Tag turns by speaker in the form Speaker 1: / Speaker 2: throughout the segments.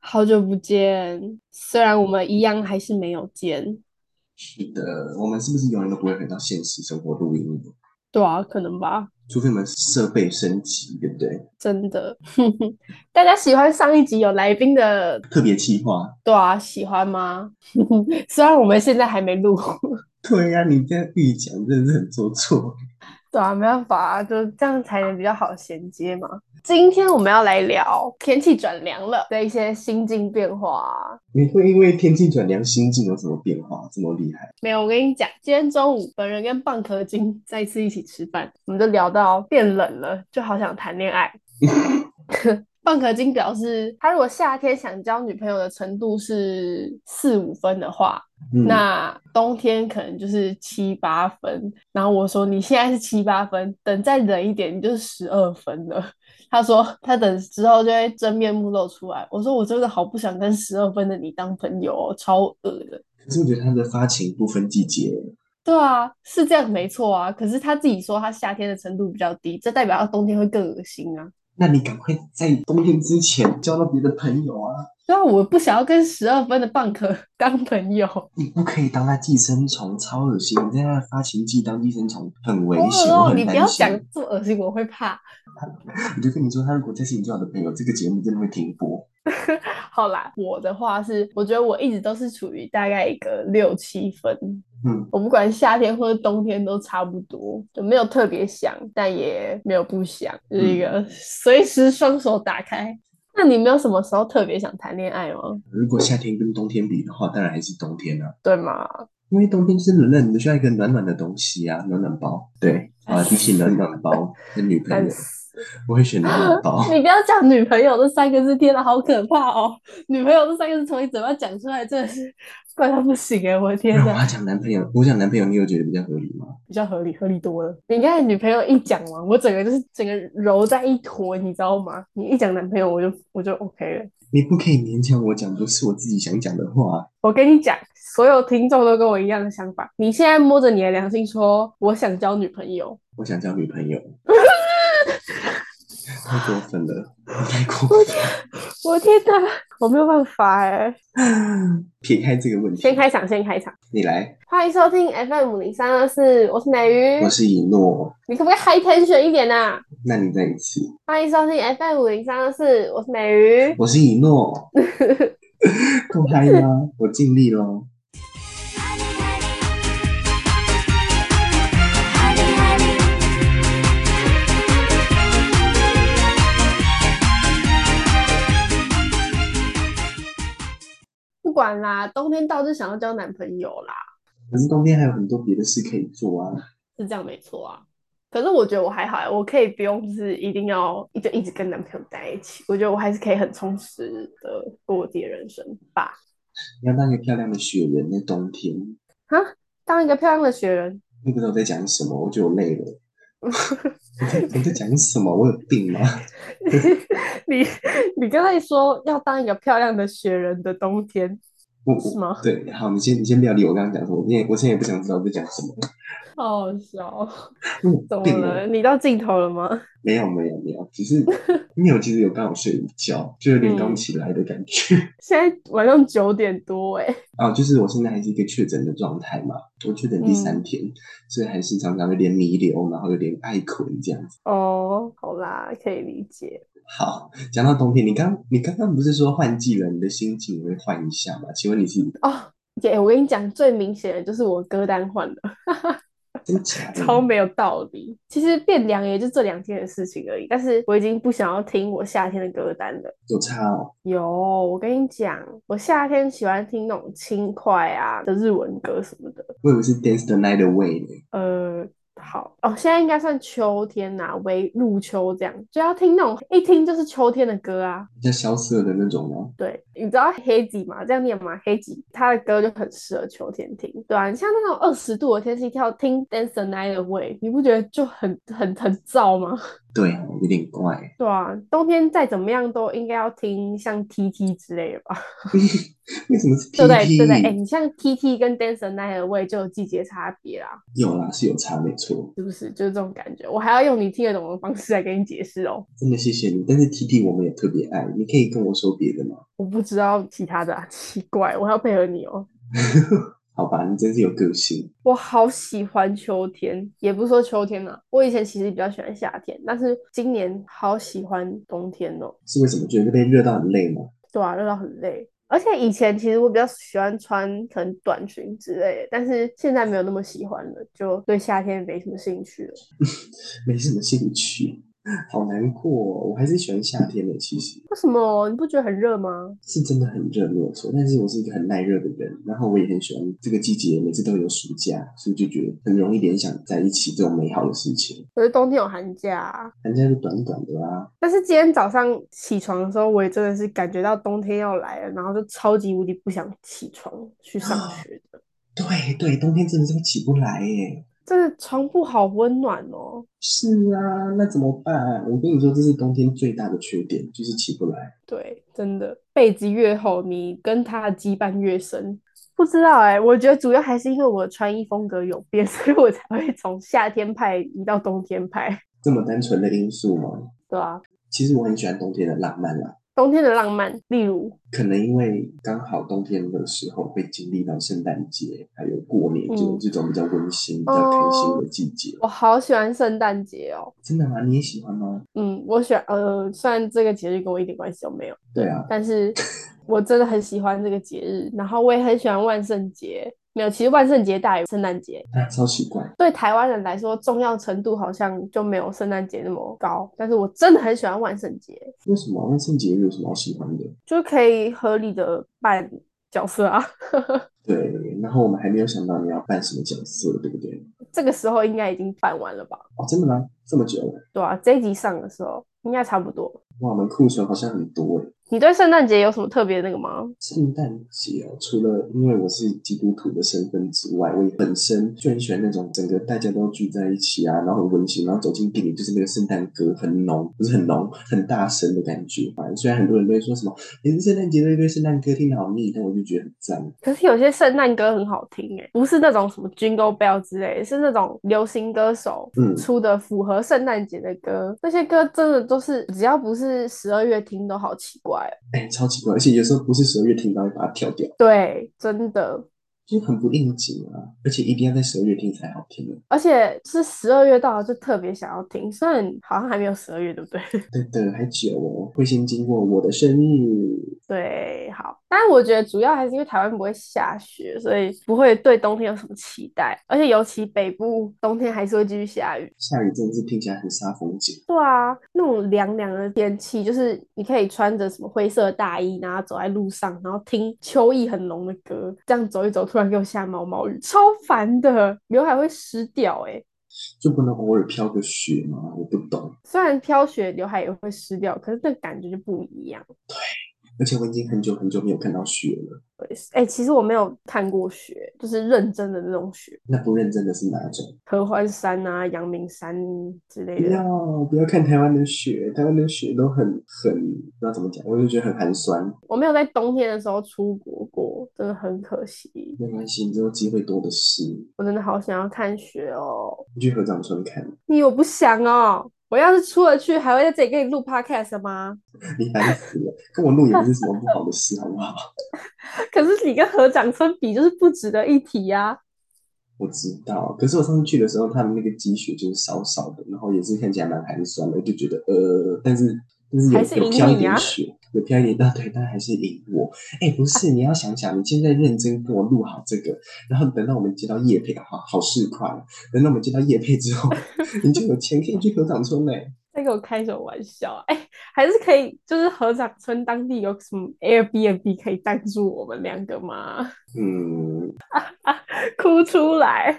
Speaker 1: 好久不见，虽然我们一样还是没有见，
Speaker 2: 是的，我们是不是永远都不会回到现实生活录音呢？
Speaker 1: 对啊，可能吧，
Speaker 2: 除非我们设备升级，对不对？
Speaker 1: 真的。 大家喜欢上一集有来宾的，
Speaker 2: 特别企划。
Speaker 1: 对啊，喜欢吗？ 虽然我们现在还没录，
Speaker 2: 对呀、你这样预讲真的是很做作。
Speaker 1: 对啊，没办法啊，就这样才能比较好衔接嘛。今天我们要来聊天气转凉了的一些心境变化啊、
Speaker 2: 你会因为天气转凉，心境有什么变化？这么厉害？
Speaker 1: 没有，我跟你讲，今天中午本人跟蚌壳精 再次一起吃饭，我们就聊到变冷了，就好想谈恋爱。蚌壳精表示，他如果夏天想交女朋友的程度是四五分的话，
Speaker 2: 嗯，
Speaker 1: 那冬天可能就是七八分。然后我说你现在是七八分，等再冷一点你就是十二分了。他说他等之后就会真面目露出来。我说我真的好不想跟十二分的你当朋友哦，超恶的。
Speaker 2: 可是我觉得它的发情不分季节，
Speaker 1: 对啊，是这样没错啊。可是他自己说他夏天的程度比较低，这代表他冬天会更恶心啊。
Speaker 2: 那你赶快在冬天之前交到别的朋友啊！
Speaker 1: 虽然我不想要跟十二分的蚌壳 当朋友，
Speaker 2: 你不可以当它寄生虫，超恶心！你在它的发情季当寄生虫很危
Speaker 1: 哦
Speaker 2: 险，我很
Speaker 1: 你不
Speaker 2: 担
Speaker 1: 要
Speaker 2: 心
Speaker 1: 讲。这么恶心，我会怕。
Speaker 2: 我就跟你说，他如果再是你最好的朋友，这个节目真的会停播。
Speaker 1: 好啦，我的话是，我觉得我一直都是处于大概一个六七分，
Speaker 2: 嗯，
Speaker 1: 我不管夏天或者冬天都差不多，就没有特别想，但也没有不想，就是一
Speaker 2: 嗯
Speaker 1: 个随时双手打开。那你没有什么时候特别想谈恋爱吗？
Speaker 2: 如果夏天跟冬天比的话，当然还是冬天啊，
Speaker 1: 对吗？
Speaker 2: 因为冬天就是冷冷的，需要一个暖暖的东西啊，暖暖包。对，啊，提起暖暖包跟女朋
Speaker 1: 但
Speaker 2: 友，
Speaker 1: 是
Speaker 2: 我会选暖暖包。
Speaker 1: 你不要讲女朋友这三个字，天哪，好可怕哦！女朋友这三个字从你嘴巴讲出来，真的是怪到不行哎！我的天
Speaker 2: 那我
Speaker 1: 哪，
Speaker 2: 要讲男朋友，我讲男朋友，你有觉得比较合理吗？
Speaker 1: 比较合理，合理多了。你刚才女朋友一讲完，我整个就是整个揉在一坨，你知道吗？你一讲男朋友，我就我就 OK 了。
Speaker 2: 你不可以勉强我讲不是我自己想讲的话。
Speaker 1: 我跟你讲，所有听众都跟我一样的想法。你现在摸着你的良心说，我想交女朋友，
Speaker 2: 我想交女朋友，太过分了，太过分
Speaker 1: 我的天哪，我没有办法哎！
Speaker 2: 了。 撇开这个问题，
Speaker 1: 先开场，先开场。
Speaker 2: 你来，
Speaker 1: 欢迎收听 FM 零三二四，我是美鱼，
Speaker 2: 我是以诺，
Speaker 1: 你可不可以 high tension 一点呐、啊？
Speaker 2: 那你再一次。
Speaker 1: 欢迎收听 FM 五零三二四，我是美鱼。
Speaker 2: 我是以诺， 够嗨吗？我尽力喽。
Speaker 1: 不管啦，冬天到就想要交男朋友啦，
Speaker 2: 可是冬天还有很多别的事可以做啊。
Speaker 1: 是这样没错啊。可是我觉得我还好欸，我可以不用就是一定要一直一直跟男朋友在一起，我觉得我还是可以很充实的过我自己的人生吧。
Speaker 2: 你要当一个漂亮的雪人，在冬天。
Speaker 1: 当一个漂亮的雪人，
Speaker 2: 那个时候在讲什么？我觉得我累了。我在我在讲什么？我有病吗？
Speaker 1: 你你刚才说要当一个漂亮的雪人的冬天
Speaker 2: 我
Speaker 1: 是
Speaker 2: 我
Speaker 1: 吗？
Speaker 2: 对，好，你先你先不要理我刚刚讲什么，我现在我现在也不想知道我在讲什么。
Speaker 1: 好好笑哦，
Speaker 2: 我有
Speaker 1: 怎么
Speaker 2: 病哦
Speaker 1: 了？你到尽头了吗？
Speaker 2: 没有没有没有，只是因为我其实有刚好睡午觉，就有点刚
Speaker 1: 嗯
Speaker 2: 起来的感觉。
Speaker 1: 现在晚上九点多哎、
Speaker 2: 啊，就是我现在还是一个确诊的状态嘛，我确诊第三天，所以还是常常有点弥留，然后有点爱困这样子。
Speaker 1: 哦，好啦，可以理解。
Speaker 2: 好，讲到冬天，你刚你刚刚不是说换季了，你的心情会换一下吗？请问你是
Speaker 1: 哦，姐，我跟你讲，最明显的就是我歌单换了，
Speaker 2: 真假的？
Speaker 1: 超没有道理。其实变凉也就这两天的事情而已，但是我已经不想要听我夏天的歌单了。
Speaker 2: 有差哦，
Speaker 1: 有，我跟你讲，我夏天喜欢听那种轻快啊的日文歌什么的。
Speaker 2: 我以为是 Dance the Night Away 呢。
Speaker 1: 呃，好哦，现在应该算秋天呐、为入秋这样，就要听那种一听就是秋天的歌啊。
Speaker 2: 比较萧瑟的那种哦吗？
Speaker 1: 对，你知道黑吉吗？这样念吗？黑吉他的歌就很适合秋天听，对啊，你像那种二十度的天气跳听《Dance the Night Away》，你不觉得就很很很燥吗？
Speaker 2: 对啊，有点怪。
Speaker 1: 对啊，冬天再怎么样都应该要听像 TT 之类的吧，
Speaker 2: 为什么是
Speaker 1: 对不对？对不对？哎，
Speaker 2: PT？
Speaker 1: 你像 TT 跟 Dancer n i g h 味就有季节差别啦，
Speaker 2: 有啦，是有差没错，
Speaker 1: 是不是？就是这种感觉。我还要用你听得懂的方式来给你解释哦。
Speaker 2: 真的谢谢你。但是 T T 我们也特别爱，你可以跟我说别的吗？
Speaker 1: 我不知道其他的、啊，奇怪，我还要配合你哦。
Speaker 2: 好吧，你真是有个性。
Speaker 1: 我好喜欢秋天，也不是说秋天啊，我以前其实比较喜欢夏天，但是今年好喜欢冬天哦。
Speaker 2: 是为什么？觉得被热到很累吗？
Speaker 1: 对啊，热到很累。而且以前其实我比较喜欢穿可能短裙之类的，但是现在没有那么喜欢了，就对夏天没什么兴趣了。
Speaker 2: 没什么兴趣，好难过哦、我还是喜欢夏天的，其实
Speaker 1: 为什么？你不觉得很热吗？
Speaker 2: 是真的很热，没有错。但是我是一个很耐热的人，然后我也很喜欢这个季节，每次都有暑假，所以就觉得很容易联想在一起这种美好的事情。
Speaker 1: 可是冬天有寒假啊，
Speaker 2: 寒假就短短的啊啦、
Speaker 1: 但是今天早上起床的时候，我也真的是感觉到冬天要来了，然后就超级无敌不想起床去上学的。
Speaker 2: 对对，冬天真的是起不来耶。
Speaker 1: 真的床铺好温暖哦，
Speaker 2: 是啊，那怎么办？我跟你说，这是冬天最大的缺点，就是起不来。
Speaker 1: 对，真的，被子越厚，你跟它的羁绊越深。不知道哎、我觉得主要还是因为我的穿衣风格有变， 所以我才会从夏天派移到冬天派，
Speaker 2: 这么单纯的因素吗？
Speaker 1: 对啊，
Speaker 2: 其实我很喜欢冬天的浪漫啦，
Speaker 1: 冬天的浪漫，例如，
Speaker 2: 可能因为刚好冬天的时候会经历到圣诞节，还有过年这种、
Speaker 1: 嗯
Speaker 2: 这种比较温馨、比较开心的季节。
Speaker 1: 我好喜欢圣诞节哦。
Speaker 2: 真的吗？你也喜欢吗？
Speaker 1: 嗯，我喜欢，呃，虽然这个节日跟我一点关系都没有。
Speaker 2: 对啊，
Speaker 1: 但是我真的很喜欢这个节日，然后我也很喜欢万圣节。没有，其实万圣节大于圣诞节。
Speaker 2: 啊，超奇怪。
Speaker 1: 对台湾人来说，重要程度好像就没有圣诞节那么高。但是我真的很喜欢万圣节，
Speaker 2: 为什么万圣节有什么好喜欢的？
Speaker 1: 就可以合理的扮角色啊。
Speaker 2: 对，然后我们还没有想到你要扮什么角色，对不对？
Speaker 1: 这个时候应该已经扮完了吧？
Speaker 2: 哦，真的吗？这么久了，
Speaker 1: 对啊，这一集上的时候应该差不多。
Speaker 2: 哇，我们库存好像很多欸诶。
Speaker 1: 你对圣诞节有什么特别那个吗？
Speaker 2: 圣诞节哦，除了因为我是基督徒的身份之外，我也本身就很喜欢那种整个大家都聚在一起啊，然后很温馨，然后走进店里就是那个圣诞歌很浓，不是很浓，很大声的感觉。反正虽然很多人都会说什么，每次圣诞节都一堆圣诞歌，听得好腻，但我就觉得很赞。
Speaker 1: 可是有些圣诞歌很好听诶、欸不是那种什么 Jingle Bell 之类的，是那种流行歌手
Speaker 2: 嗯
Speaker 1: 出的符合圣诞节的歌。那些歌真的都是，只要不是十二月听都好奇怪哦。
Speaker 2: 哎、超奇怪，而且有时候不是十二月听到会把它跳掉，
Speaker 1: 对，真的，
Speaker 2: 就很不应景啊。而且一定要在十二月听才好听啊。
Speaker 1: 而且是十二月到了就特别想要听，虽然好像还没有十二月，对不对？
Speaker 2: 对的，还久哦，会先经过我的生日。
Speaker 1: 对，好。但是我觉得主要还是因为台湾不会下雪，所以不会对冬天有什么期待。而且尤其北部冬天还是会继续下雨。
Speaker 2: 下雨真的是听起来很煞风景。
Speaker 1: 对啊，那种凉凉的天气，就是你可以穿着什么灰色大衣，然后走在路上，然后听秋意很浓的歌，这样走一走，突然给我下毛毛雨，超烦的，刘海会湿掉欸诶、
Speaker 2: 就不能偶尔飘个雪吗？我不懂。
Speaker 1: 虽然飘雪，刘海也会湿掉，可是那感觉就不一样。
Speaker 2: 而且我已经很久很久没有看到雪了。
Speaker 1: 哎、其实我没有看过雪，就是认真的那种雪，
Speaker 2: 那不认真的是哪种？
Speaker 1: 合欢山啊、阳明山之类
Speaker 2: 不
Speaker 1: 的
Speaker 2: 要。不要看台湾的雪，台湾的雪都很很不知道怎么讲，我就觉得很寒酸。
Speaker 1: 我没有在冬天的时候出国过，真的很可惜。
Speaker 2: 没关系，你之后机会多的是，
Speaker 1: 我真的好想要看雪哦。
Speaker 2: 你去合掌村看。
Speaker 1: 你有不想哦？我要是出了去，还会在这里给你录 podcast 吗？
Speaker 2: 你烦死了，跟我录也不是什么不好的事，好不好？
Speaker 1: 可是你跟合掌村比，就是不值得一提呀、啊。
Speaker 2: 我知道，可是我上次去的时候，他们那个积雪就是少少的，然后也是看起来蛮寒酸的，就觉得呃，但是但是有
Speaker 1: 还是
Speaker 2: 有
Speaker 1: 赢
Speaker 2: 飘一
Speaker 1: 你
Speaker 2: 点
Speaker 1: 啊
Speaker 2: 雪，有飘一点大腿，但还是赢我。哎，不 是，你要想想，你现在认真跟我录好这个，然后等到我们接到叶配，好好市侩了，等到我们接到叶配之 后，你就有钱可以去合掌村嘞。
Speaker 1: 在给我开什么玩笑啊？哎、 还是可以，就是合掌村当地有什么 Airbnb 可以赞助我们两个吗？
Speaker 2: 嗯，
Speaker 1: 哭出来，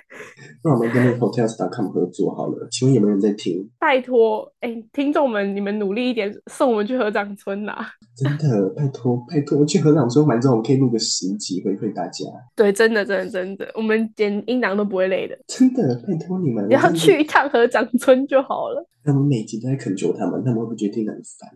Speaker 2: 那我们跟那个 Hotels.com 合作好了，请问有没有人在听？
Speaker 1: 拜托，哎、听众们，你们努力一点，送我们去合掌村呐、
Speaker 2: 真的，拜托拜托，去合掌村玩之后，我们可以录个十集回馈大家。
Speaker 1: 对，真的，真的，真的，我们剪音档都不会累的，
Speaker 2: 真的，拜托你们，
Speaker 1: 只要
Speaker 2: 我真的
Speaker 1: 去一趟合掌村就好了。
Speaker 2: 他们每集都在恳求他们，他们会不会觉得听得很烦？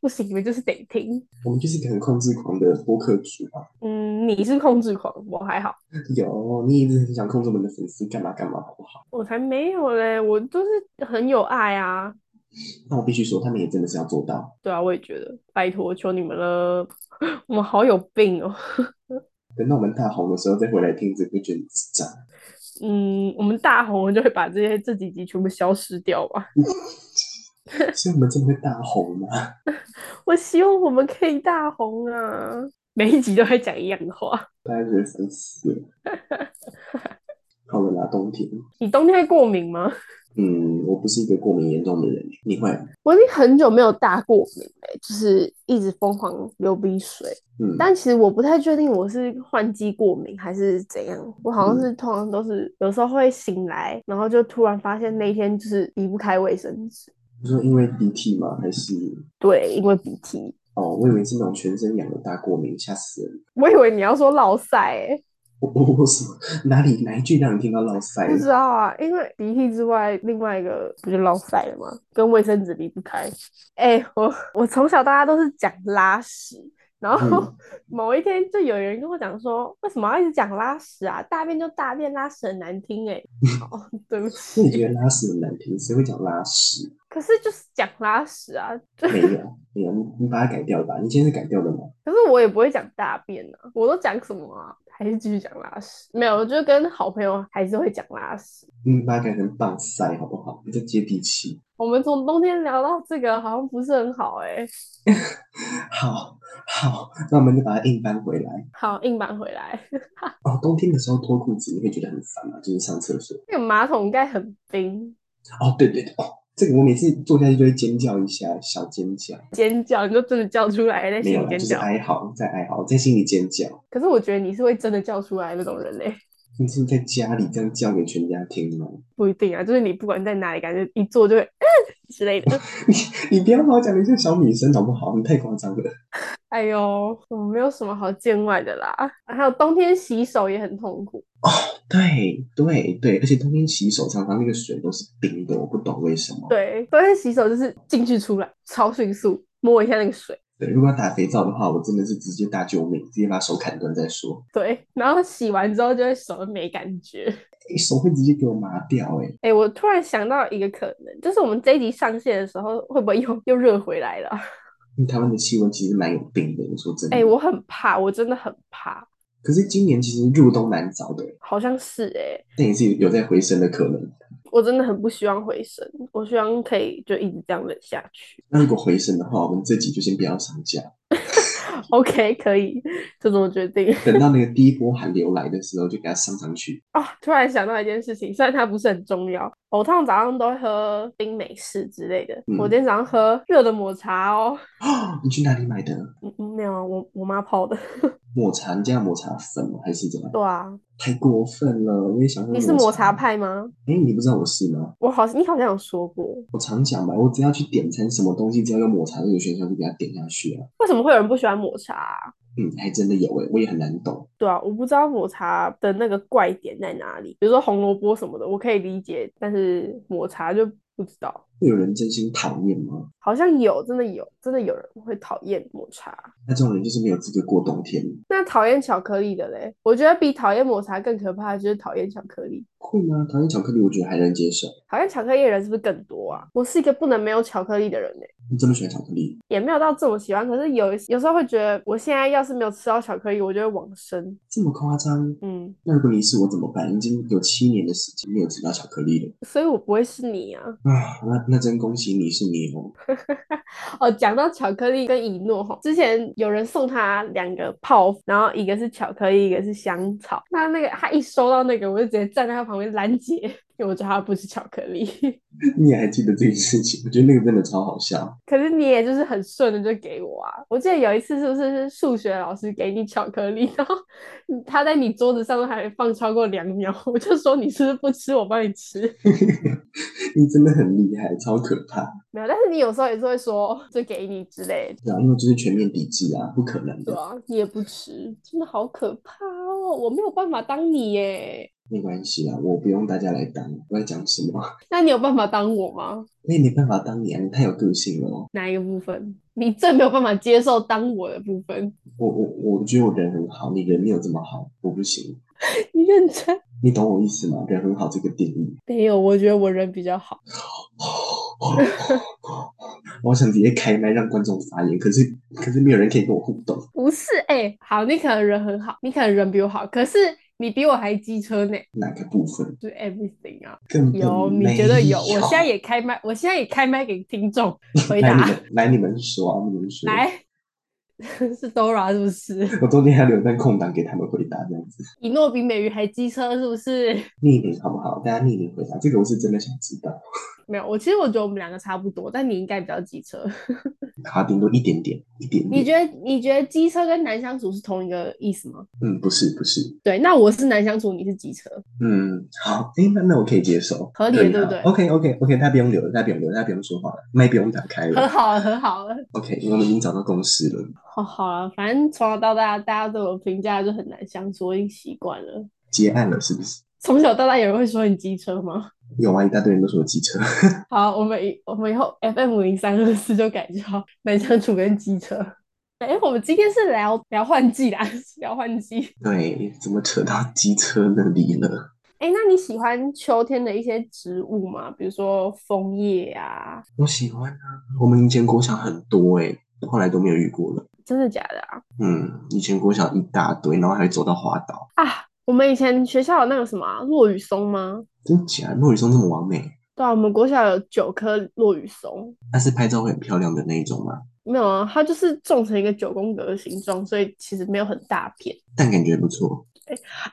Speaker 1: 不行，你们就是得听。
Speaker 2: 我们就是一个很控制狂的播客主啊！
Speaker 1: 嗯，你是控制狂，我还好，
Speaker 2: 有，你一直很想控制我们的粉丝干嘛干嘛，好不好？
Speaker 1: 我才没有嘞，我就是很有爱啊。
Speaker 2: 那我必须说，他们也真的是要做到。
Speaker 1: 对啊，我也觉得，拜托，求你们了， 我们好有病哦。
Speaker 2: 等到我们大红的时候再回来听，只会觉得你智障。
Speaker 1: 嗯，我们大红了就会把这些这几集全部消失掉吧。
Speaker 2: 所以我们真的会大红吗？
Speaker 1: 我希望我们可以大红啊！ 每一集都在讲一样的话。
Speaker 2: 大家觉得烦 死了。好了啦，冬天，
Speaker 1: 你冬天会过敏吗？
Speaker 2: 嗯，我不是一个过敏严重的人，你会？
Speaker 1: 我已经很久没有大过敏了，欸就是一直疯狂流鼻水。
Speaker 2: 嗯，
Speaker 1: 但其实我不太确定我是换季过敏还是怎样，我好像
Speaker 2: 嗯
Speaker 1: 是通常都是有时候会醒来，然后就突然发现那一天就是离不开卫生纸。
Speaker 2: 你说因为鼻涕吗？还是
Speaker 1: 对，因为鼻涕。
Speaker 2: 哦，我以为是那种全身痒的大过敏，吓死人！
Speaker 1: 我以为你要说落塞、欸，
Speaker 2: 我我我什么哪里哪一句让你听到落塞
Speaker 1: 不知
Speaker 2: 了？
Speaker 1: 道啊，因为鼻涕之外，另外一个不就落塞了吗？跟卫生纸离不开。哎、我我从小到大都是讲拉屎，然后、
Speaker 2: 嗯
Speaker 1: 某一天就有人跟我讲说，为什么要一直讲拉屎啊？大便就大便，拉屎很难听哎、 哦，对不
Speaker 2: 那你觉
Speaker 1: 起。
Speaker 2: 得拉屎很难听？谁会讲拉屎？
Speaker 1: 可是就是讲拉屎啊，就
Speaker 2: 没有，没有，啊你你把它改掉吧。你现在是改掉的吗？
Speaker 1: 可是我也不会讲大便啊，我都讲什么啊？还是继续讲拉屎？没有，我就跟好朋友还是会讲拉屎。
Speaker 2: 你把它改成棒塞好不好？比较接地气。
Speaker 1: 我们从冬天聊到这个，好像不是很好哎、
Speaker 2: 好，好，那我们就把它硬搬回来。
Speaker 1: 好，硬搬回来。
Speaker 2: 哦，冬天的时候脱裤子你会觉得很烦吗？就是上厕所。
Speaker 1: 那个马桶盖很冰，
Speaker 2: 哦，对对对，哦，这个我每次坐下去就会尖叫一下，小尖叫，
Speaker 1: 尖叫你就真的叫出来，在
Speaker 2: 没
Speaker 1: 心
Speaker 2: 有
Speaker 1: 里
Speaker 2: 啦，
Speaker 1: 尖
Speaker 2: 就是
Speaker 1: 叫。
Speaker 2: 哀嚎，在哀嚎，在心里尖叫。
Speaker 1: 可是我觉得你是会真的叫出来那种人嘞、
Speaker 2: 你是在家里这样叫给全家听吗？
Speaker 1: 不一定啊，就是你不管在哪里，感觉一坐就会 嗯之类的。
Speaker 2: 你不要把我讲的像小女生好不好？你太夸张了。
Speaker 1: 哎呦，我没有什么好见外的啦。还有冬天洗手也很痛苦，
Speaker 2: 对对对，而且冬天洗手常常那个水都是冰的，我不懂为什么。
Speaker 1: 对，冬天洗手就是进去出来超迅速，摸一下那个水。
Speaker 2: 对，如果要打肥皂的话，我真的是直接打救命，直接把手砍断再说。
Speaker 1: 对，然后洗完之后就会手没感觉。
Speaker 2: 哎，手会直接给我麻掉哎、
Speaker 1: 哎、我突然想到一个可能，就是我们这一集上线的时候，会不会又又热回来了？
Speaker 2: 因为台湾嗯的气温其实蛮有病的，我说真的。
Speaker 1: 哎、我很怕，我真的很怕，
Speaker 2: 可是今年其实入冬蛮早的，
Speaker 1: 好像是哎、
Speaker 2: 但也是有在回升的可能。
Speaker 1: 我真的很不希望回升，我希望可以就一直这样冷下去。
Speaker 2: 那如果回升的话，我们这集就先不要上架，
Speaker 1: OK，可以，就这么决定。
Speaker 2: 等到那个第一波寒流来的时候，就给它上上去。
Speaker 1: 哦，突然想到一件事情，虽然它不是很重要，我通常早上都会喝冰美式之类的，
Speaker 2: 嗯
Speaker 1: 我今天早上喝热的抹茶哦，
Speaker 2: 啊，你去哪里买的？
Speaker 1: 嗯嗯没有啊，我我妈泡的。
Speaker 2: 抹茶，你加抹茶粉吗？还是怎么样？
Speaker 1: 对啊，
Speaker 2: 太过分了！我也想喝
Speaker 1: 你是抹茶。派吗？
Speaker 2: 哎，你不知道我是吗？
Speaker 1: 我好，你好像有说过。
Speaker 2: 我常讲吧，我只要去点餐，什么东西只要有抹茶这个选项，就给它点下去啊。
Speaker 1: 为什么会有人不喜欢抹茶啊、
Speaker 2: 嗯，还真的有哎、我也很难懂。
Speaker 1: 对啊，我不知道抹茶的那个怪点在哪里。比如说红萝卜什么的，我可以理解，但是抹茶就不知道。
Speaker 2: 会有人真心讨厌吗？
Speaker 1: 好像有，真的有，真的有人会讨厌抹茶。
Speaker 2: 那这种人就是没有资格过冬天。
Speaker 1: 那讨厌巧克力的嘞，我觉得比讨厌抹茶更可怕的就是讨厌巧克力。
Speaker 2: 会吗？讨厌巧克力，我觉得还能接受。
Speaker 1: 讨厌巧克力的人是不是更多啊？我是一个不能没有巧克力的人呢、
Speaker 2: 你这么喜欢巧克力？
Speaker 1: 也没有到这么喜欢。可是有有时候会觉得，我现在要是没有吃到巧克力，我就会往生。
Speaker 2: 这么夸张？
Speaker 1: 嗯，
Speaker 2: 那如果你是我怎么办？已经有七年的时间没有吃到巧克力了
Speaker 1: 所以我不会是你啊。
Speaker 2: 啊！那那真恭喜你是你哦。
Speaker 1: 哦，讲到巧克力跟一诺哈，之前有人送他两个泡，然后一个是巧克力，一个是香草。那那个他一收到那个，我就直接站在他旁边拦截， 因为我知道它不是巧克力。
Speaker 2: 你还记得这件事情？我觉得那个真的超好笑。
Speaker 1: 可是你也就是很顺的就给我啊！我记得有一次是不是是数学老师给你巧克力， 然后你他在你桌子上都还放超过两秒， 我就说你是不是不吃，我帮你吃。
Speaker 2: 你真的很厉害，超可怕。
Speaker 1: 没有，但是你有时候也是会说就给你之类的，
Speaker 2: 然后就是全面抵制啊，不可能
Speaker 1: 对
Speaker 2: 的。
Speaker 1: 啊，你也不吃，真的好可怕哦！我没有办法当你耶，
Speaker 2: 没关系啊，我不用大家来当。我在讲什么？
Speaker 1: 那你有办法当我吗？
Speaker 2: 我也没办法当你啊，你太有个性了哦。
Speaker 1: 哪一个部分？你最没有办法接受当我的部分？
Speaker 2: 我我我觉得我人很好，你人没有这么好，我不行。
Speaker 1: 你认真？
Speaker 2: 你懂我意思吗？人很好这个定 义，
Speaker 1: 没有，我觉得我人比较好。
Speaker 2: 我想直接开麦让观众发言，可是可是没有人可以跟我互动。
Speaker 1: 不是，哎、好，你可能人很好，你可能人比我好，可是你比我还机车呢，
Speaker 2: 哪个部分？
Speaker 1: 就是 everything 啊，
Speaker 2: 根本
Speaker 1: 有，你
Speaker 2: 没
Speaker 1: 觉得有？我现在也开麦，我现在也开麦给听 众回
Speaker 2: 来你
Speaker 1: 答，
Speaker 2: 们来你们说啊，你们说。
Speaker 1: 来， 是 Dora 是不是？
Speaker 2: 我中间还留一段空档给他们回答，这样子
Speaker 1: 以诺比美鱼还机车是不是？
Speaker 2: 匿名好不好？大家匿名回答，这个我是真的想知道。
Speaker 1: 没有，我其实我觉得我们两个差不多，但你应该比较机车。
Speaker 2: 好，顶多一点点，一点
Speaker 1: 你
Speaker 2: 点。
Speaker 1: 觉得你觉得机车跟难相处是同一个意思吗？
Speaker 2: 嗯，不是不是，
Speaker 1: 对，那我是难相处，你是机车，
Speaker 2: 嗯，好，哎，那那我可以接受，
Speaker 1: 合理的对不对
Speaker 2: ？OK OK OK，他不用留了，他不用留了，他不用说话了，麦不用打开
Speaker 1: 和
Speaker 2: 了。
Speaker 1: 好了，和好了。
Speaker 2: OK，我们已经找到共识了。
Speaker 1: 好好了，反正从小到大，大家对我评价就很难相处，我已经习惯了。
Speaker 2: 结案了，是不是？
Speaker 1: 从小到大有人会说你机车吗？
Speaker 2: 有啊，一大堆人都说我机车，
Speaker 1: 好，我们以我们以后 FM 零三二四就改叫难相处跟机车。哎、我们今天是聊聊换季啦，聊换季。
Speaker 2: 对，怎么扯到机车那里了？
Speaker 1: 哎、那你喜欢秋天的一些植物吗？比如说枫叶啊，
Speaker 2: 我喜欢啊，我们以前国小很多哎、后来都没有遇过了。
Speaker 1: 真的假的啊？
Speaker 2: 嗯，以前国小一大堆，然后还会走到滑岛，
Speaker 1: 啊，我们以前学校有那个什么啊落羽松吗？
Speaker 2: 真假？落羽松这么完美，
Speaker 1: 对啊，我们国小有九棵落羽松，
Speaker 2: 它是拍照会很漂亮的那一种吗？
Speaker 1: 没有啊，它就是种成一个九宫格的形状，所以其实没有很大片
Speaker 2: 但感觉不错。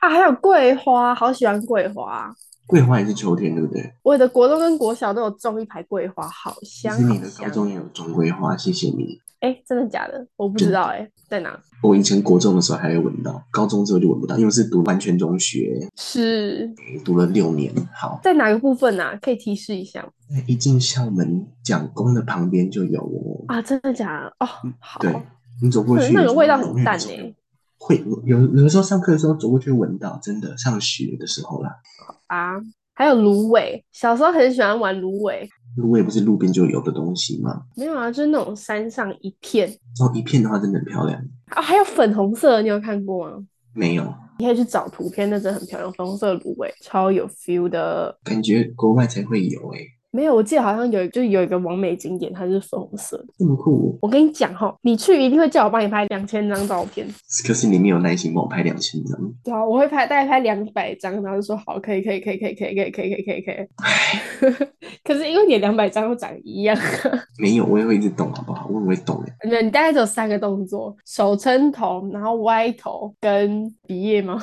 Speaker 1: 啊。还有桂花，好喜欢桂花。啊
Speaker 2: 桂花也是秋天，对不对？
Speaker 1: 我的国中跟国小都有种一排桂花，好
Speaker 2: 其
Speaker 1: 香
Speaker 2: 实你
Speaker 1: 好
Speaker 2: 的高
Speaker 1: 香。
Speaker 2: 中也有种桂花，谢谢你。
Speaker 1: 哎、真的假的？我不知道哎、在哪？
Speaker 2: 我以前国中的时候还会闻到，高中之后就闻不到，因为是读完全中学，
Speaker 1: 是
Speaker 2: 读了六年。好，
Speaker 1: 在哪个部分啊？可以提示一下吗
Speaker 2: 在一进校门，蒋公的旁边就有哦。
Speaker 1: 啊？真的假的？哦，好。
Speaker 2: 嗯对，你走过
Speaker 1: 可是
Speaker 2: 去，
Speaker 1: 那个
Speaker 2: 你
Speaker 1: 味道
Speaker 2: 就
Speaker 1: 很
Speaker 2: 会
Speaker 1: 淡
Speaker 2: 走
Speaker 1: 哎、
Speaker 2: 会有有的时候上课的时候走过去会闻到，真的上学的时候啦，
Speaker 1: 啊。还有芦苇，小时候很喜欢玩芦苇。
Speaker 2: 芦苇不是路边就有的东西吗？
Speaker 1: 没有啊，就是那种山上一片
Speaker 2: 然后一片的话真的很漂亮，
Speaker 1: 啊，还有粉红色的，你有看过吗？
Speaker 2: 没有，
Speaker 1: 你可以去找图片，那真的很漂亮，粉红色的芦苇，超有 feel 的。
Speaker 2: 感觉国外才会有欸诶、
Speaker 1: 没有，我记得好像有，就是有一个完美景点，它是粉红色的。
Speaker 2: 这么酷、
Speaker 1: 我跟你讲哈，你去一定会叫我帮你拍两千张照片，
Speaker 2: 可是你没有耐心帮我拍两千张，
Speaker 1: 对啊，我会拍大概拍两百张，然后就说好，可以，可以，可以，可以，可以，可以，可以，可以，可以，可以。可是因为你两百张都长一样，
Speaker 2: 没有我也会一直动好不好？我很会动诶、
Speaker 1: 没有，你大概只有三个动作：手撑头，然后歪头跟鼻翼吗？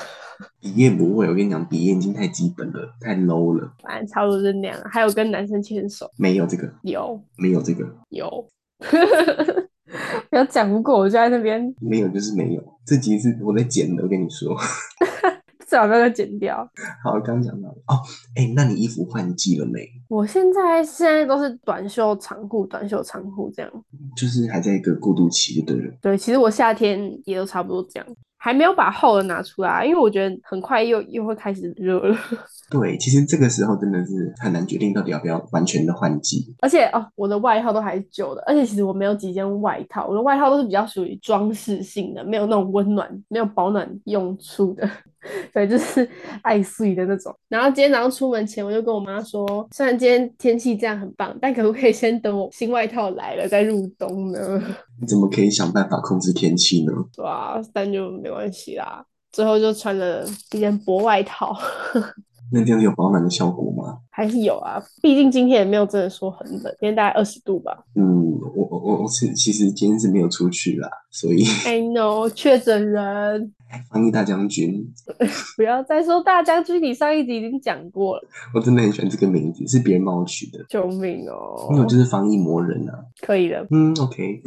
Speaker 2: 笔验不会，我跟你讲，笔验已经太基本了，太 low 了，
Speaker 1: 反正差不多就是那样。还有跟男生牵手，
Speaker 2: 没有这个，
Speaker 1: 有
Speaker 2: 没有这个，
Speaker 1: 有，不要讲不过，我就在那边
Speaker 2: 没有就是没有。这集是我在剪的，我跟你说。
Speaker 1: 最好不要再剪掉。
Speaker 2: 好，刚讲到哦，哎、那你衣服换季了没？
Speaker 1: 我现在现在都是短袖长裤，短袖长裤这样。
Speaker 2: 就是还在一个过渡期，就对了。
Speaker 1: 对，其实我夏天也都差不多这样，还没有把厚的拿出来，因为我觉得很快又又会开始热了。
Speaker 2: 对，其实这个时候真的是很难决定到底要不要完全的换季。
Speaker 1: 而且哦，我的外套都还是旧的，而且其实我没有几件外套，我的外套都是比较属于装饰性的，没有那种温暖、没有保暖用处的， 对，就是爱睡的那种。然后今天早上出门前，我就跟我妈说，虽然今天天气这样很棒，但可不可以先等我新外套来了再入冬呢？
Speaker 2: 你怎么可以想办法控制天气呢？
Speaker 1: 对啊，但就没关系啦。最后就穿了一件薄外套，
Speaker 2: 那这样有保暖的效果吗？
Speaker 1: 还是有啊，毕竟今天也没有真的说很冷，今天大概二十度吧。
Speaker 2: 嗯，我我我我是其实今天是没有出去啦，所以
Speaker 1: I know，确诊人，
Speaker 2: 防疫大将军，
Speaker 1: 不要再说大将军，你上一集已经讲过了，
Speaker 2: 我真的很喜欢这个名字，是别人帮我取的，
Speaker 1: 救命
Speaker 2: 因为我
Speaker 1: 哦！
Speaker 2: 就是防疫魔人啊。
Speaker 1: 可以 的。
Speaker 2: 嗯，OK，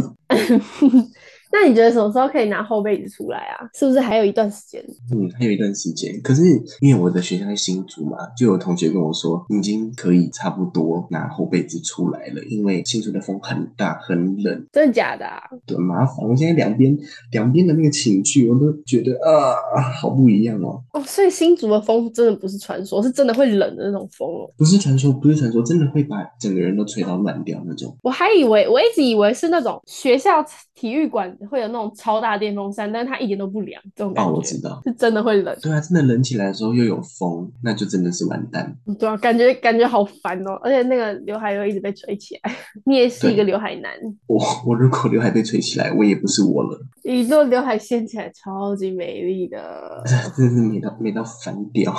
Speaker 1: 那你觉得什么时候可以拿后辈子出来啊？是不是还有一段时间？
Speaker 2: 嗯，还有一段时间，可是因为我的学校在新竹嘛，就有同学跟我说，已经可以差不多拿后辈子出来了，因为新竹的风很大很冷，
Speaker 1: 真的假的、啊？
Speaker 2: 很麻烦。我现在两边两边的那个情绪，我都觉得啊，好不一样哦。
Speaker 1: 哦，所以新竹的风真的不是传说，是真的会冷的那种风哦。
Speaker 2: 不是传说，不是传说，真的会把整个人都吹到乱掉那种。
Speaker 1: 我还以为，我一直以为是那种学校体育馆会有那种超大电风扇，但是它一点都不凉，这种感
Speaker 2: 哦，
Speaker 1: 觉、
Speaker 2: 我知道。
Speaker 1: 是真的会冷。
Speaker 2: 对啊，真的冷起来的时候又有风，那就真的是完蛋。
Speaker 1: 对啊，感觉感觉好烦哦，而且那个刘海又一直被吹起来。 你也是一个
Speaker 2: 对
Speaker 1: 刘海男，
Speaker 2: 我我如果刘海被吹起来，我也不是我了，
Speaker 1: 你做刘海掀起来超级美丽 的，
Speaker 2: 真是美到美到翻 掉。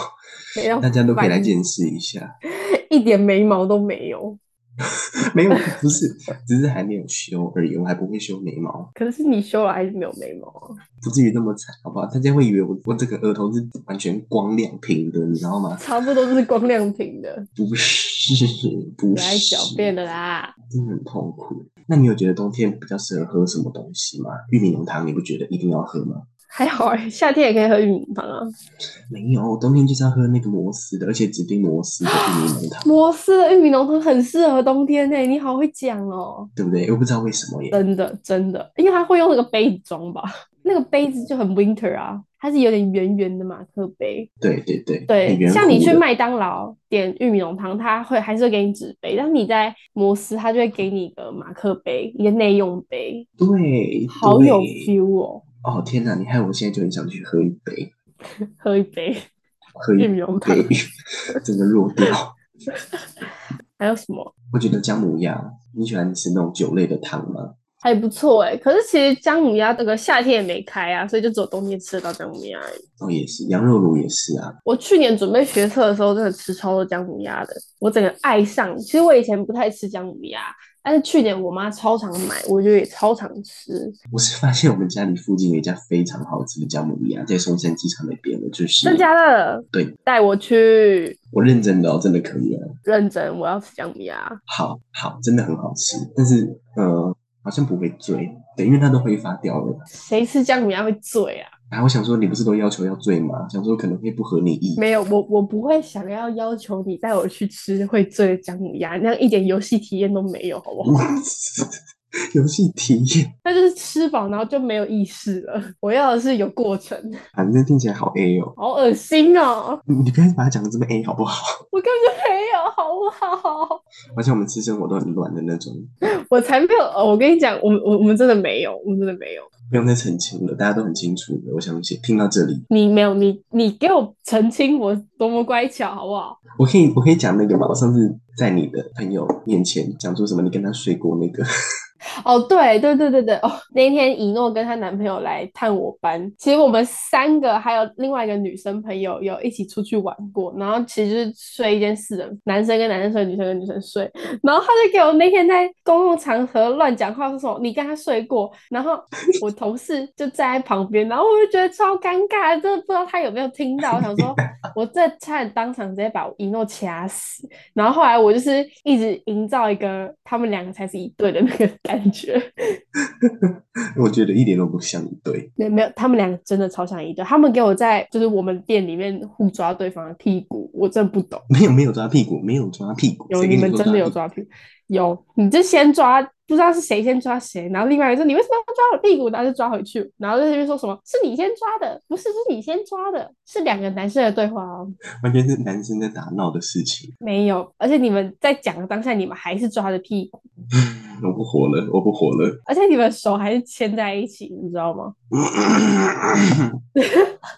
Speaker 1: 没有
Speaker 2: 大家都可以来
Speaker 1: 烦
Speaker 2: 见识 一下。
Speaker 1: 一点眉毛都没有。
Speaker 2: 没有，不是，只是还没有修而已，我还不会修眉毛，
Speaker 1: 可是你修了还是没有眉毛啊，
Speaker 2: 不至于那么惨，好不好？大家会以为我我这个额头是完全光亮平的，你知道吗？
Speaker 1: 差不多就是光亮平的，
Speaker 2: 不是，不
Speaker 1: 不
Speaker 2: 是，
Speaker 1: 爱狡辩的啦。
Speaker 2: 真的很痛苦。那你有觉得冬天比较适合喝什么东西吗？玉米浓汤，你不觉得一定要喝吗？
Speaker 1: 还好哎、夏天也可以喝玉米浓汤啊。
Speaker 2: 没有，冬天就是要喝那个摩斯的，而且指定摩斯的玉米浓汤，
Speaker 1: 摩斯的玉米浓汤很适合冬天呢、你好会讲哦，
Speaker 2: 对不对？我不知道为什么耶。
Speaker 1: 真的真的，因为它会用那个杯子装吧，那个杯子就很 winter 啊，它是有点圆圆的马克杯。
Speaker 2: 对对对，
Speaker 1: 对
Speaker 2: 很，圆
Speaker 1: 像你
Speaker 2: 弧
Speaker 1: 去
Speaker 2: 的
Speaker 1: 麦当劳点玉米浓汤，它会还是会给你纸杯，但是你在摩斯，它就会给你一个马克杯，一个内用杯，
Speaker 2: 对，
Speaker 1: 好有
Speaker 2: 对
Speaker 1: feel 哦，
Speaker 2: 哦！天哪，你害我现在就很想去喝一杯，
Speaker 1: 喝一 杯
Speaker 2: 喝一
Speaker 1: 玉
Speaker 2: 杯
Speaker 1: 米浓汤。
Speaker 2: 整个弱掉。
Speaker 1: 还有什么？
Speaker 2: 我觉得姜母鸭，你喜欢吃那种酒类的汤吗？
Speaker 1: 还不错哎，可是其实姜母鸭这个夏天也没开啊，所以就只有冬天吃得到姜母鸭而已。
Speaker 2: 哦，也是，羊肉炉也是啊。
Speaker 1: 我去年准备学测的时候，真的吃超多姜母鸭的，我整个爱上。其实我以前不太吃姜母鸭，但是去年我妈超常买，我就也超常吃。
Speaker 2: 我是发现我们家里附近有一家非常好吃的姜母鸭，在松山机场那边的，就是
Speaker 1: 真假的？
Speaker 2: 对，
Speaker 1: 带我去，
Speaker 2: 我认真的哦，真的可以哦，
Speaker 1: 认真，我要吃姜母啊鸭。
Speaker 2: 好好，真的很好吃，但是呃，好像不会醉，对，因为它都挥发掉了。
Speaker 1: 谁吃姜母鸭会醉啊？
Speaker 2: 然后我想说，你不是都要求要醉吗？想说可能会不合你意，
Speaker 1: 没有，我我不会想要要求你带我去吃会醉的姜母鸭，那样一点游戏体验都没有， 好不好？
Speaker 2: 游戏体验，
Speaker 1: 那就是吃饱然后就没有意识了。我要的是有过程，
Speaker 2: 反正听起来好 A 哦。
Speaker 1: 好恶心哦！
Speaker 2: 你你不要把它讲的这么 A 好不好？
Speaker 1: 我根本就没有，好不好？而
Speaker 2: 而且我们私生活都很乱的那种，
Speaker 1: 我才没有，呃我跟你讲，我们我我们真的没有，我们真的没有。
Speaker 2: 不用再澄清了，大家都很清楚的。我相信听到这里，
Speaker 1: 你没有，你你给我澄清我多么乖巧，好不好？
Speaker 2: 我可以我可以讲那个嘛，我上次在你的朋友面前讲出什么你跟他睡过那个，
Speaker 1: 哦，对对对对对，哦，那天以诺跟她男朋友来探我班，其实我们三个还有另外一个女生朋友有一起出去玩过，然后其实就是睡一间四人，男生跟男生睡，女生跟女生睡，然后他就给我那天在公共场合乱讲话，说什么你跟他睡过，然后我同事就站在旁边，然后我就觉得超尴尬，真的不知道他有没有听到，我想说我这差点当场直接把一诺掐死。然后后来我就是一直营造一个他们两个才是一对的那个感觉，
Speaker 2: 我觉得一点都不像一对。
Speaker 1: 没没有，他们两个真的超像一对，他们给我在就是我们店里面互抓对方的屁股，我真的不懂，
Speaker 2: 没有没有抓屁股，没有抓屁股，
Speaker 1: 有
Speaker 2: 谁
Speaker 1: 你
Speaker 2: 跟
Speaker 1: 们
Speaker 2: 说
Speaker 1: 真的有
Speaker 2: 屁股？
Speaker 1: 抓屁股，有，你就先抓，不知道是谁先抓谁，然后另外一个说你为什么要抓我屁股，然后就抓回去，然后在那边说什么是你先抓的，不是是你先抓的，是两个男生的对话哦，
Speaker 2: 完全是男生在打闹的事情。
Speaker 1: 没有，而且你们在讲的当下，你们还是抓着屁股，
Speaker 2: 我不活了，我不活了。
Speaker 1: 而且你们手还是牵在一起，你知道吗？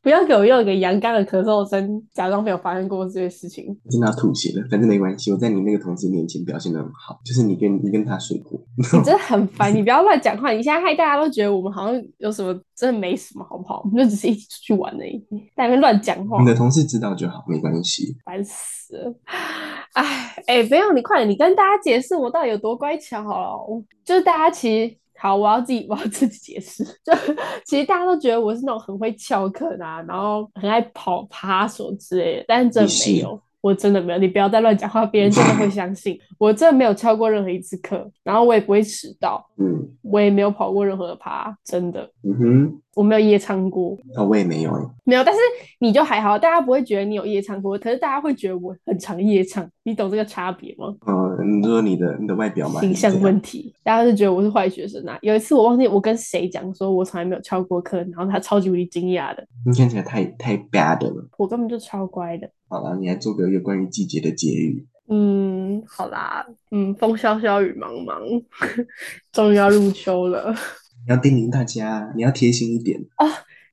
Speaker 1: 不要给我用一个阳刚的咳嗽声，假装没有发生过这些事情。
Speaker 2: 真的要吐血了，反正没关系。我在你那个同事面前表现的很好，就是你跟你跟他睡过，
Speaker 1: 你真的很烦，你不要乱讲话。你现在害大家都觉得我们好像有什么，真的没什么，好不好？我们就只是一起出去玩而已，在那边乱讲话
Speaker 2: 你，的同事知道就好，没关系。
Speaker 1: 烦死了。哎哎，没有，你快点，你跟大家解释我到底有多乖巧好了。我就是大家其实好，我要自己我要自己解释。就其实大家都觉得我是那种很会翘课啊，然后很爱跑爬啊什么之类的，但是真
Speaker 2: 你
Speaker 1: 的
Speaker 2: 是
Speaker 1: 没有，我真的没有。你不要再乱讲话，别人真的会相信。我真的没有翘过任何一次课，然后我也不会迟到，
Speaker 2: 嗯
Speaker 1: 我也没有跑过任何的趴，真的，
Speaker 2: 嗯哼，
Speaker 1: 我没有夜唱过。
Speaker 2: 啊、我也没有哎、
Speaker 1: 没有，但是你就还好，大家不会觉得你有夜唱过，可是大家会觉得我很常夜唱，你懂这个差别吗？
Speaker 2: 呃，你说你的你的外表嘛，
Speaker 1: 形象
Speaker 2: 问
Speaker 1: 问题，大家就觉得我是坏学生啊。有一次我忘记我跟谁讲，说我从来没有翘过课，然后他超级无敌惊讶的，
Speaker 2: 你看起来太太 bad 了。
Speaker 1: 我根本就超乖的。
Speaker 2: 好了，你还做个有关于季节的结语，
Speaker 1: 嗯，好啦，嗯，风萧萧雨茫 茫，终于要入秋了。
Speaker 2: 你要叮咛大家，你要贴心一点。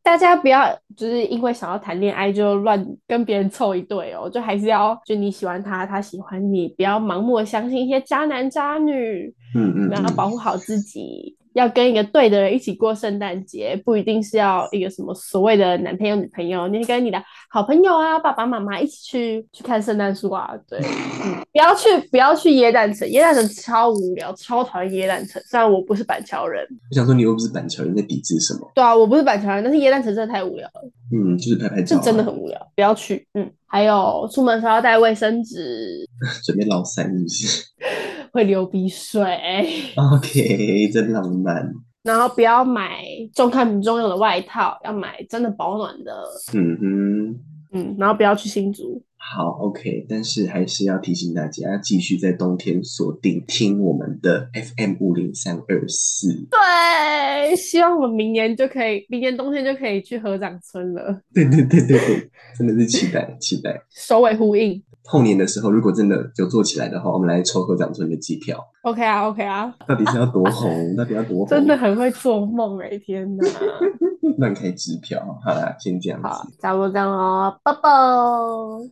Speaker 1: 大家不要就是因为想要谈恋爱就乱跟别人凑一对哦，就还是要就你喜欢他，他喜欢你，不要盲目地相信一些渣男渣女，
Speaker 2: 嗯嗯
Speaker 1: 然后保
Speaker 2: 嗯，
Speaker 1: 护好自己，要跟一个对的人一起过圣诞节，不一定是要一个什么所谓的男朋友女朋友，你可以跟你的好朋友啊、爸爸妈妈一起去去看圣诞树啊，对，嗯，不要去不要去耶诞城，耶诞城超无聊，超讨厌耶诞城，虽然我不是板桥人，
Speaker 2: 我想说你又不是板桥人，你在抵制什么？
Speaker 1: 对啊，我不是板桥人，但是耶诞城真的太无聊了。
Speaker 2: 嗯，就是拍拍照、
Speaker 1: 这
Speaker 2: 啊，
Speaker 1: 真的很无聊，不要去。嗯，还有出门时候要带卫生纸，
Speaker 2: 准备老三是不是
Speaker 1: 会流鼻水，
Speaker 2: ？OK，真浪漫。
Speaker 1: 然后不要买重看不重用的外套，要买真的保暖的。
Speaker 2: 嗯哼，
Speaker 1: 嗯，然后不要去新竹。
Speaker 2: 好 OK，但是还是要提醒大家，继续在冬天锁定听我们的 FM 五零三二四。
Speaker 1: 对，希望我们明年就可以，明年冬天就可以去合掌村了。
Speaker 2: 对对对对对，真的是期待期待。
Speaker 1: 首尾呼应。
Speaker 2: 后年的时候，如果真的有做起来的话，我们来抽合掌村的机票。
Speaker 1: OK 啊，OK 啊，
Speaker 2: 到底是要多 红？到底要多红？
Speaker 1: 真的很会做梦哎、天哪！
Speaker 2: 乱开支票。好啦，先这样
Speaker 1: 好
Speaker 2: 子。，
Speaker 1: 差不多这样咯，拜拜。